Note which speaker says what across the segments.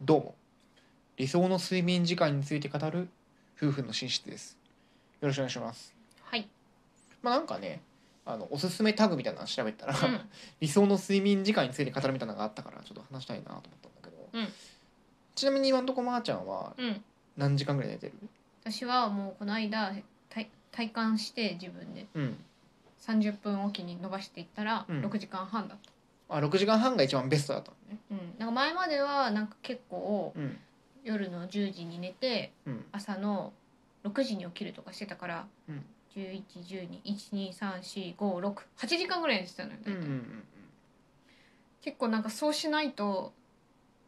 Speaker 1: どうも理想の睡眠時間について語る夫婦の寝室ですよろしくお願いします
Speaker 2: はい。
Speaker 1: まあなんかねあのおすすめタグみたいなの調べたら、
Speaker 2: うん
Speaker 1: 理想の睡眠時間について語るみたいなのがあったからちょっと話したいなと思ったんだけど、
Speaker 2: うん
Speaker 1: ちなみに今んとこまーちゃんは
Speaker 2: うん。
Speaker 1: 何時間ぐらい寝てる
Speaker 2: 私はもうこの間体体感して自分で
Speaker 1: うん
Speaker 2: 30分おきに伸ばしていったら
Speaker 1: うん
Speaker 2: 6時間半だった。
Speaker 1: あ6時間半が一番ベストだったのね
Speaker 2: うん。なんか前まではなんか結構
Speaker 1: うん
Speaker 2: 夜の10時に寝て
Speaker 1: うん
Speaker 2: 朝の6時に起きるとかしてたから。
Speaker 1: うん
Speaker 2: 11、12、1、2、3、4、5、6、8時間ぐらい寝てたのよ。
Speaker 1: う
Speaker 2: 大
Speaker 1: んうん
Speaker 2: 体
Speaker 1: うん
Speaker 2: 結構なんかそうしないと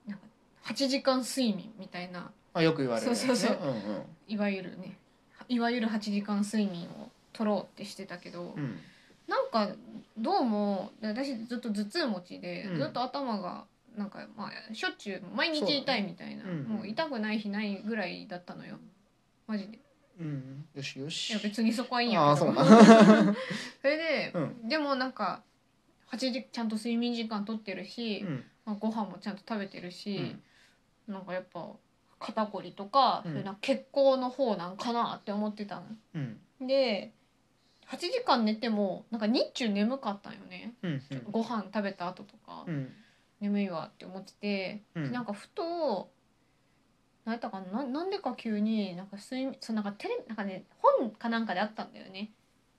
Speaker 2: なんか8時間睡眠みたいな
Speaker 1: あよく言われるやつね、
Speaker 2: そうそうそ
Speaker 1: うんうん
Speaker 2: いわゆるねいわゆる8時間睡眠を取ろうってしてたけど、
Speaker 1: うん
Speaker 2: なんかどうも私ずっと頭痛持ちで、
Speaker 1: うん
Speaker 2: ずっと頭がなんかまあしょっちゅう毎日痛いみたいな
Speaker 1: そうだねうんうん
Speaker 2: もう痛くない日ないぐらいだったのよマジでい
Speaker 1: うんよしよし
Speaker 2: や別にそこはいいん
Speaker 1: あ
Speaker 2: や
Speaker 1: あ
Speaker 2: け
Speaker 1: そ
Speaker 2: ど
Speaker 1: う な
Speaker 2: それで、
Speaker 1: うん
Speaker 2: でもなんか8時ちゃんと睡眠時間とってるし、
Speaker 1: うん
Speaker 2: まあ、ご飯もちゃんと食べてる
Speaker 1: う
Speaker 2: し
Speaker 1: ん、
Speaker 2: なんかやっぱ肩こりとか、
Speaker 1: うん
Speaker 2: そういうなんか血行の方なんかなって思ってたの
Speaker 1: うん
Speaker 2: で8時間寝てもなんか日中眠かったんよね、
Speaker 1: うんうん
Speaker 2: ご飯食べた後とか、
Speaker 1: うん
Speaker 2: 眠いわって思ってて、
Speaker 1: うん
Speaker 2: なんかふと何やったかなななんでか急になんか睡眠そうなんかテレなんかね本かなんかであったんだよね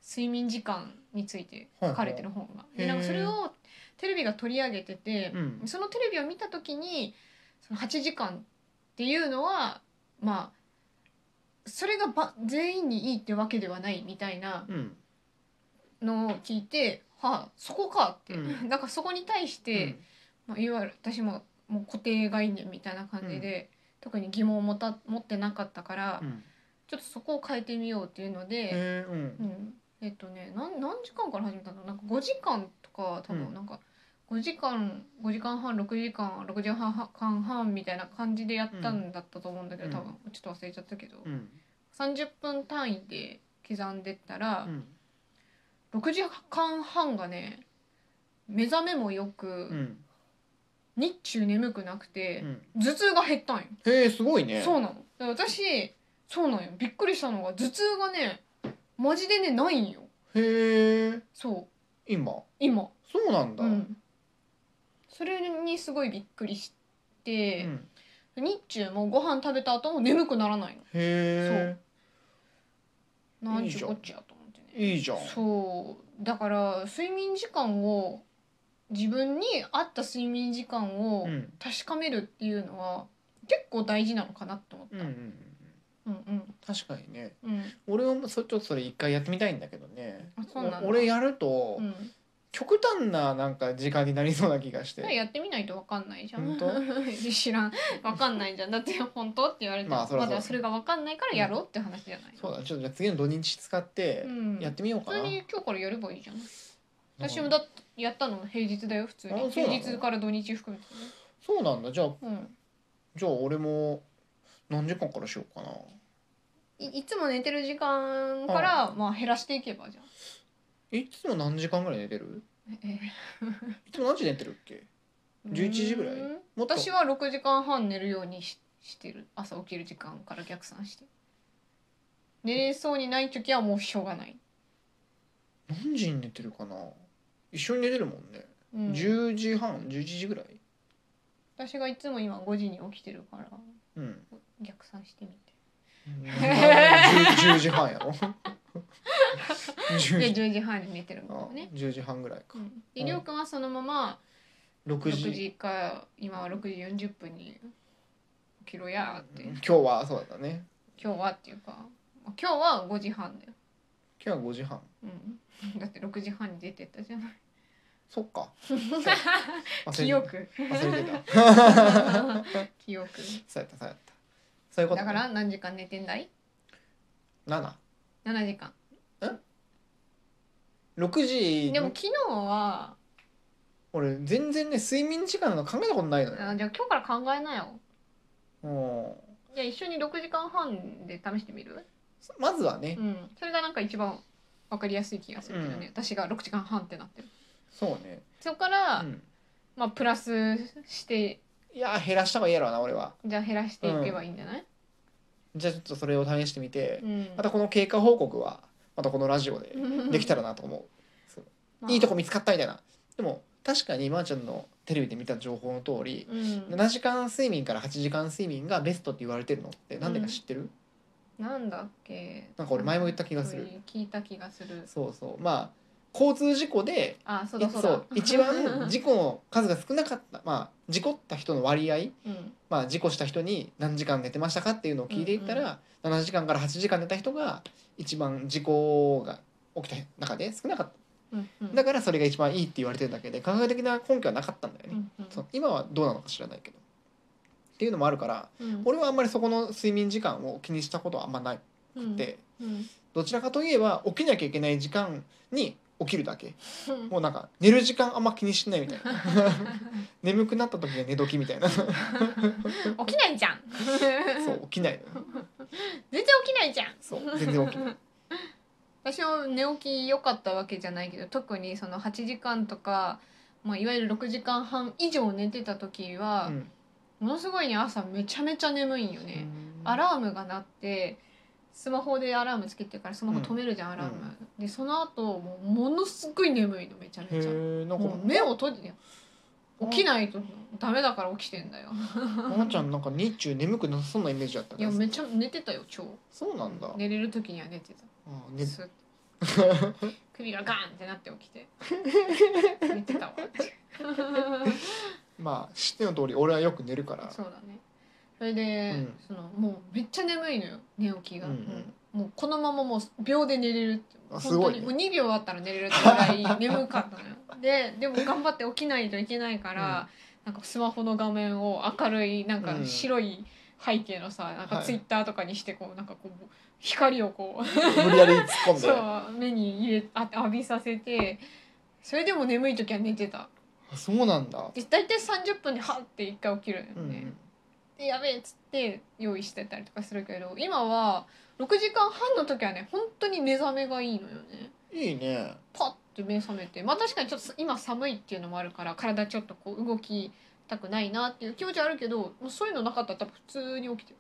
Speaker 2: 睡眠時間について書かれてる本が。
Speaker 1: へー
Speaker 2: でなんかそれをテレビが取り上げてて、
Speaker 1: うん
Speaker 2: そのテレビを見た時にその8時間っていうのはまあそれがば全員にいいってわけではないみたいな。
Speaker 1: うん
Speaker 2: のを聞いてはあそこかって、
Speaker 1: う
Speaker 2: なんかそこに対して、まあ、いわゆる私ももう固定概念みたいな感じで、特に疑問を持た持ってなかったから、
Speaker 1: うん
Speaker 2: ちょっとそこを変えてみようっていうので、
Speaker 1: へーう
Speaker 2: うんんえっとねなん何時間から始めたのなんか5時間とか多
Speaker 1: うん
Speaker 2: 分なんか5時間5時間半6時間6時間半半みたいな感じでやったんだったと思うんだけど、
Speaker 1: うん
Speaker 2: 多分ちょっと忘れちゃったけど、
Speaker 1: うん
Speaker 2: 30分単位で刻んでったら。
Speaker 1: うん
Speaker 2: 6時間半がね目覚めもよく、
Speaker 1: うん
Speaker 2: 日中眠くなく
Speaker 1: う
Speaker 2: て、
Speaker 1: ん
Speaker 2: 頭痛が減ったんよ、
Speaker 1: へえすごいね
Speaker 2: そうなのだから私そうなんよびっくりしたのが頭痛がねマジでねないんよ
Speaker 1: へえ
Speaker 2: そう
Speaker 1: 今
Speaker 2: 今
Speaker 1: そうなんだ
Speaker 2: うんそれにすごいびっくりし
Speaker 1: う
Speaker 2: て、
Speaker 1: ん
Speaker 2: 日中もご飯食べた後も眠くならない
Speaker 1: へ
Speaker 2: のなん
Speaker 1: いい
Speaker 2: ちゅ
Speaker 1: じゃ
Speaker 2: う
Speaker 1: ん
Speaker 2: こっちゃと思ってね
Speaker 1: えいいじゃん
Speaker 2: そうだから睡眠時間を自分に合った睡眠時間を
Speaker 1: うん
Speaker 2: 確かめるっていうのは結構大事なのかなって思っ
Speaker 1: う
Speaker 2: た、
Speaker 1: んうんうん
Speaker 2: うん
Speaker 1: 確かにね
Speaker 2: うんうん
Speaker 1: 俺はそれちょっとそれ一回やってみたいんだけどね
Speaker 2: あそうなんだ
Speaker 1: お俺やると
Speaker 2: うん
Speaker 1: 極端ななんか時間になりそうな気がし
Speaker 2: じゃあ
Speaker 1: て
Speaker 2: やってみないとわかんないじゃ
Speaker 1: 本
Speaker 2: ん
Speaker 1: 当
Speaker 2: 知らんわかんないじゃんだって本当って言われても
Speaker 1: まあそりゃそう
Speaker 2: だそれがわかんないからやろうって話じゃない、
Speaker 1: そうだちょっとじゃあ次の土日使って
Speaker 2: うん
Speaker 1: やってみよう
Speaker 2: 普
Speaker 1: かな
Speaker 2: 通に今日からやればいいじゃん
Speaker 1: うん
Speaker 2: 私もだってやったの平日だよ普通
Speaker 1: あ
Speaker 2: に
Speaker 1: そう
Speaker 2: 平
Speaker 1: なの
Speaker 2: 日から土日含めて
Speaker 1: そうなんだじゃあ
Speaker 2: ねうん
Speaker 1: じゃあ俺も何時間からしようかない
Speaker 2: いつも寝てる時間から、まあ減らしていけばじゃん。
Speaker 1: いつも何時間ぐらい寝てる いつも何時寝てるっけ11時ぐらい
Speaker 2: うん
Speaker 1: もっと
Speaker 2: 私は6時間半寝るようにししてる朝起きる時間から逆算して寝れそうにない時はもうしょうがない、
Speaker 1: 何時に寝てるかな一緒に寝てるもんね、
Speaker 2: うん
Speaker 1: 10時半11時ぐらい
Speaker 2: 私がいつも今5時に起きてるから
Speaker 1: うん
Speaker 2: 逆算してみて
Speaker 1: 10 10時半やろ10
Speaker 2: で
Speaker 1: 時
Speaker 2: 10時半に寝てるんだ
Speaker 1: あ
Speaker 2: よね、
Speaker 1: 10時半ぐらいか
Speaker 2: うん、
Speaker 1: う
Speaker 2: で
Speaker 1: ん
Speaker 2: りょうくんはそのまま
Speaker 1: 6
Speaker 2: 6
Speaker 1: 時
Speaker 2: 時か今は6時40分に起きろやーって
Speaker 1: うん今日はそうだったね
Speaker 2: 今日はっていうか今日は5時半だよ
Speaker 1: 今日は5時半
Speaker 2: うん、だって6時半に出てったじゃない
Speaker 1: そっか忘れ
Speaker 2: 記憶
Speaker 1: 忘れてた
Speaker 2: 記憶
Speaker 1: そうやったそうやったそういうこと
Speaker 2: だ
Speaker 1: ね、
Speaker 2: から何時間寝てんだい
Speaker 1: 7
Speaker 2: 7時間
Speaker 1: 6時
Speaker 2: でも昨日は
Speaker 1: 俺全然ね睡眠時間なの考えたことないのよ
Speaker 2: あじゃあ今日から考えなよ
Speaker 1: うん
Speaker 2: じゃあ一緒に6時間半で試してみる
Speaker 1: まずはね、
Speaker 2: うんそれがなんか一番わかりやすい気がするけどね、私が6時間半ってなってる
Speaker 1: そうね、
Speaker 2: そこから、
Speaker 1: うん
Speaker 2: まあプラスして
Speaker 1: いやー減らした方がいいやろうな俺は
Speaker 2: じゃあ減らしていけばいいんじゃない、
Speaker 1: じゃあちょっとそれを試してみて
Speaker 2: う、ん
Speaker 1: またこの経過報告はまたこのラジオでできた
Speaker 2: ら、
Speaker 1: らなと思う、
Speaker 2: まあ
Speaker 1: いいとこ見つかったみたいなでも確かにまーちゃんのテレビで見た情報の通り、
Speaker 2: うん、
Speaker 1: 7時間睡眠から8時間睡眠がベストって言われてるのってなんでか知ってる、
Speaker 2: なんだっけ
Speaker 1: なんか俺前も言った気がする
Speaker 2: 聞いた気がする
Speaker 1: そうそうまあ交通事故で
Speaker 2: あそうだそうだ
Speaker 1: そう一番事故の数が少なかったまあ事故った人の割合
Speaker 2: うん
Speaker 1: まあ事故した人に何時間寝てましたかっていうのを聞いていったら、7時間から8時間寝た人が一番事故が起きた中で少なかった
Speaker 2: うんうん
Speaker 1: だからそれが一番いいって言われてるだけで科学的な根拠はなかったんだよね、
Speaker 2: うんうん
Speaker 1: そう今はどうなのか知らないけどっていうのもあるから
Speaker 2: うん
Speaker 1: 俺はあんまりそこの睡眠時間を気にしたことはあんまないって、
Speaker 2: うんうん
Speaker 1: どちらかといえば起きなきゃいけない時間に起きるだけ
Speaker 2: うん
Speaker 1: もうなんか寝る時間あんま気にしないみたいな 眠くなった時が寝時みたいなそ
Speaker 2: 起きないじゃん
Speaker 1: う起きないのよ
Speaker 2: 全然起きないじゃん
Speaker 1: そう全然起き ない
Speaker 2: 私は寝起き良かったわけじゃないけど特にその8時間とか、まあ、いわゆる6時間半以上寝てた時は
Speaker 1: う、ん
Speaker 2: ものすごいね朝めちゃめちゃ眠いんよね、アラームが鳴ってスマホでアラームつけてるからスマホ止めるじゃん、アラーム、でその後もうものすっごい眠いのめちゃ
Speaker 1: へ
Speaker 2: めちゃ
Speaker 1: えなんか
Speaker 2: もう目を閉じて起きないとダメだから起きてんだよ
Speaker 1: まなちゃんなんか日中眠くなさそうなイメージだった
Speaker 2: い
Speaker 1: ね
Speaker 2: やめちゃ寝てたよ超
Speaker 1: そうなんだ、
Speaker 2: 寝れる時には寝てた
Speaker 1: ああね
Speaker 2: スッ 首がガーンってなって起きて寝て たわ
Speaker 1: まあ知っての通り俺はよく寝るから
Speaker 2: そうだねそれで、
Speaker 1: うん
Speaker 2: そのもうめっちゃ眠いのよ寝起きが、
Speaker 1: うんうん
Speaker 2: もうもうこのままもう秒で寝れるって
Speaker 1: あすごいね
Speaker 2: 本当にもう2秒あったら寝れるってぐらい眠かったの よででも頑張って起きないといけないから、なんかスマホの画面を明るいなんか
Speaker 1: うん
Speaker 2: 白い背景のさ、なんか
Speaker 1: はい
Speaker 2: ツイッターとかにしてこうなんかこう光をこう
Speaker 1: 無理やり突っ込んで
Speaker 2: そう目に入れあ浴びさせてそれでも眠い時は寝てた
Speaker 1: あそうなんだ、
Speaker 2: で大体30分でハッて一回起きるのよね
Speaker 1: う、ん、
Speaker 2: でやべえっつって用意してたりとかするけど今は6時間半の時はね本当に目覚めがいいのよね
Speaker 1: いいね
Speaker 2: パッて目覚めてまあ確かにちょっと今寒いっていうのもあるから体ちょっとこう動きたくないなっていう気持ちはあるけどもうそういうのなかったら多分普通に起きて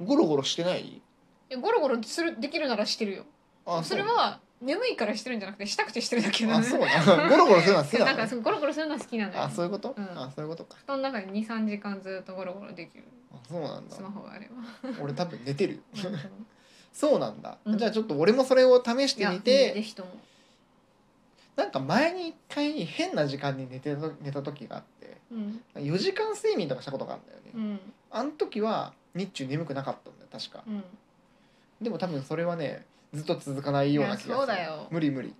Speaker 2: る
Speaker 1: ゴロゴロしてない
Speaker 2: えゴロゴロするできるならしてるよ
Speaker 1: あ
Speaker 2: それは眠いからしてるんじゃなくてしたくてしてるだ
Speaker 1: そ
Speaker 2: け
Speaker 1: う
Speaker 2: だ
Speaker 1: あ
Speaker 2: ね
Speaker 1: そうなゴロゴロするのは好 き
Speaker 2: そう
Speaker 1: な
Speaker 2: なん
Speaker 1: の
Speaker 2: かすごいゴロゴロするのは好きなのよ
Speaker 1: あそういうこと、
Speaker 2: うん
Speaker 1: あそういうことか
Speaker 2: 布団の中に二三時間ずっとゴロゴロできる
Speaker 1: あそうなんだ
Speaker 2: スマホがあ れば
Speaker 1: 俺多分寝てるよ
Speaker 2: なんか
Speaker 1: そうなんだ、
Speaker 2: うん
Speaker 1: じゃあちょっと俺もそれを試し
Speaker 2: い
Speaker 1: て
Speaker 2: やい
Speaker 1: み
Speaker 2: い
Speaker 1: て
Speaker 2: ぜひとも
Speaker 1: なんか前に一回変な時間に寝てた寝た時があって
Speaker 2: うん
Speaker 1: 4時間睡眠とかしたことがあるんだよね、
Speaker 2: うん
Speaker 1: あの時は日中眠くなかったんだよ確か
Speaker 2: うん
Speaker 1: でも多分それはねずっと続かないような気がする
Speaker 2: いやそうだよ
Speaker 1: 無理無理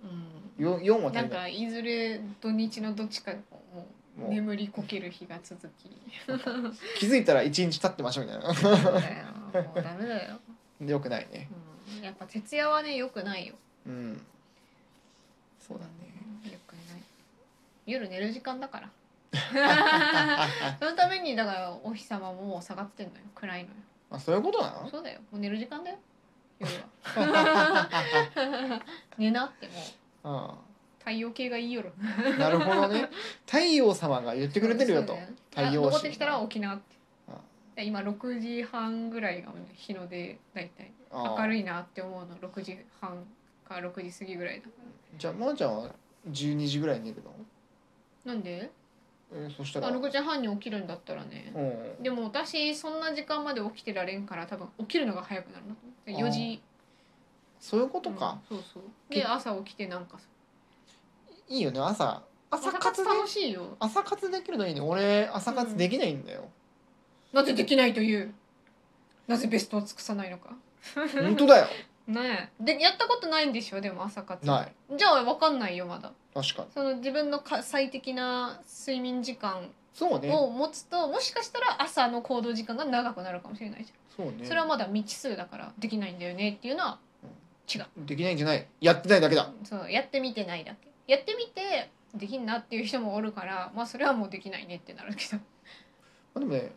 Speaker 2: う
Speaker 1: よ4は
Speaker 2: んな
Speaker 1: 足
Speaker 2: ん
Speaker 1: りない
Speaker 2: かいずれ土日のどっちかがもう
Speaker 1: もう
Speaker 2: 眠りこける日が続き
Speaker 1: 気づいたら1日経ってましたみたいな
Speaker 2: そうだよもうダメだよ、
Speaker 1: よくないね
Speaker 2: うん、やっぱ徹夜はね良くないよ
Speaker 1: うんそうだね
Speaker 2: 良くない夜寝る時間 だから
Speaker 1: ああ
Speaker 2: そのためにだからお日様ももう下がってんのよ暗いのよ
Speaker 1: あそういうことなの
Speaker 2: そうだよもう寝る時 間だよ夜は
Speaker 1: あ
Speaker 2: 寝なってもう
Speaker 1: あ
Speaker 2: 太陽系がいいよろ
Speaker 1: なるほど ね太陽様が言ってくれてるよと
Speaker 2: そうだね
Speaker 1: 太陽神
Speaker 2: あ登ってきたら沖縄って
Speaker 1: あ
Speaker 2: で今6時半ぐらいが日の出大体明
Speaker 1: 明
Speaker 2: る
Speaker 1: い
Speaker 2: いなって思うの6時半か6時過ぎぐらいだか
Speaker 1: じゃあまー、ちゃんは12時ぐらいに寝るの
Speaker 2: らなんで
Speaker 1: えーそした
Speaker 2: あ
Speaker 1: ら
Speaker 2: 6時半に起きるんだったらね
Speaker 1: うん
Speaker 2: でも私そんな時間まで起きてられんから多分起きるのが早くなるなで4時
Speaker 1: そういうことか、、
Speaker 2: うんそうそうで
Speaker 1: け
Speaker 2: 朝起きてなんか
Speaker 1: いいよね朝朝
Speaker 2: 朝
Speaker 1: 活
Speaker 2: 活
Speaker 1: で
Speaker 2: 楽しいよ
Speaker 1: 朝活できるのいいね俺朝活できないんだよ、
Speaker 2: なぜできないというなぜベストを尽くさないのか
Speaker 1: 本当だ よ
Speaker 2: ねえでやったことないんでしょでも朝活
Speaker 1: ない
Speaker 2: じゃあ分かんないよまだ
Speaker 1: 確かに
Speaker 2: その自分のか最適な睡眠時間
Speaker 1: そうね
Speaker 2: を持つともしかしたら朝の行動時間が長くなるかもしれないじ
Speaker 1: そう
Speaker 2: ゃん、
Speaker 1: ね
Speaker 2: それはまだ未知数だからできないんだよねっていうのは
Speaker 1: できないんじゃないやってないだけだ
Speaker 2: そうやってみてないだけやってみてできんなっていう人もおるからまあそれはもうできないねってなるけど
Speaker 1: まあでもね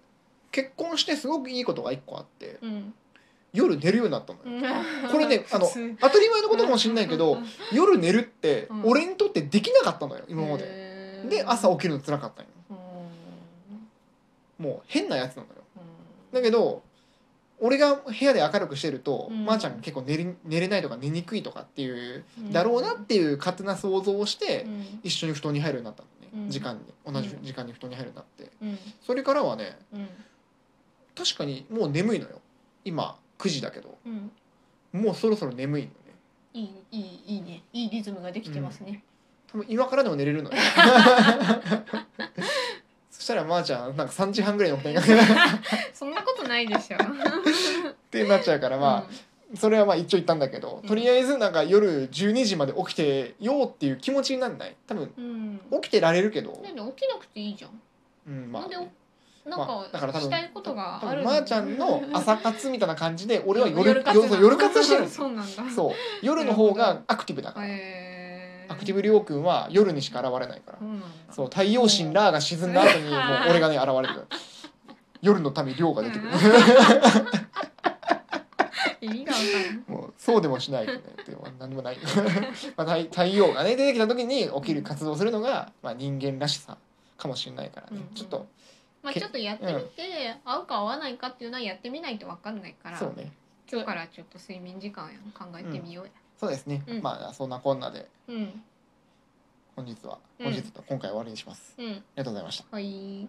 Speaker 1: 結婚してすごくいいことが一個あって
Speaker 2: うん
Speaker 1: 夜寝るようになったのよこれね あの
Speaker 2: 普通
Speaker 1: 当たり前のことかもしれないけど夜寝るって
Speaker 2: うん
Speaker 1: 俺にとってできなかったのよ今まで
Speaker 2: へー
Speaker 1: で朝起きるの辛かったのよ
Speaker 2: うん
Speaker 1: もう変なやつなのよ
Speaker 2: うん
Speaker 1: だけど俺が部屋で明るくしてると、
Speaker 2: うん
Speaker 1: まーちゃんが結構寝れ寝れないとか寝にくいとかっていうだろうなっていう勝手な想像をして、
Speaker 2: うん
Speaker 1: 一緒に布団に入るようになったのね、
Speaker 2: うん
Speaker 1: 時間に同じ時間に布団に入るようになって
Speaker 2: うん
Speaker 1: それからはね
Speaker 2: うん
Speaker 1: 確かにもう眠いのよ今9時だけど
Speaker 2: うん
Speaker 1: もうそろそろ眠いのね
Speaker 2: いいいいいいねいいリズムができてますね、
Speaker 1: 多分今からでも寝れる のよそしたらまーちゃんなんか3時半ぐらいの布団に
Speaker 2: そんなことないでしょ
Speaker 1: ってなっちゃうからまあ、それはまあ一応言ったんだけど、
Speaker 2: うん
Speaker 1: とりあえずなんか夜12時まで起きてようっていう気持ちになんない多分
Speaker 2: うん、うん
Speaker 1: 起きてられるけど、
Speaker 2: なんで起きなくていいじゃん。
Speaker 1: うんま
Speaker 2: なんで
Speaker 1: あ
Speaker 2: なん
Speaker 1: まあだ
Speaker 2: か、
Speaker 1: から多分
Speaker 2: したいことが
Speaker 1: 多
Speaker 2: あ
Speaker 1: 分
Speaker 2: るん
Speaker 1: ま
Speaker 2: だ
Speaker 1: ーちゃん の朝活みたいな感じで俺は夜夜
Speaker 2: 夜活な
Speaker 1: 活
Speaker 2: の
Speaker 1: 夜 活してるんですよ
Speaker 2: そうなんだ。
Speaker 1: そう夜の方がアクティブだから、
Speaker 2: へー
Speaker 1: アクティブりょうくんは夜にしか現れないから、
Speaker 2: そうなんだ。
Speaker 1: そう太陽神ラーが沈んだ後に
Speaker 2: うん
Speaker 1: もう俺がね現れるから夜の民りょうが出てくる、
Speaker 2: 意味がわからん。
Speaker 1: もうそうでもしないとねっていうのは何もない まあ太太陽がね出てきた時に起きる活動するのが、まあ、人間らしさかもしれないからね、
Speaker 2: うんうん
Speaker 1: ちょっと
Speaker 2: まあ
Speaker 1: け
Speaker 2: ちょっとやってみて、合うか合わないかっていうのはやってみないとわかんないから、
Speaker 1: そうね
Speaker 2: 今日からちょっと睡眠時間を考えてみようや。
Speaker 1: そうですね、
Speaker 2: うん
Speaker 1: まあそんなこんなで
Speaker 2: うん、
Speaker 1: 本日は
Speaker 2: うん
Speaker 1: 本日と今回は終わりにします、
Speaker 2: うん、
Speaker 1: ありがとうございました
Speaker 2: はい。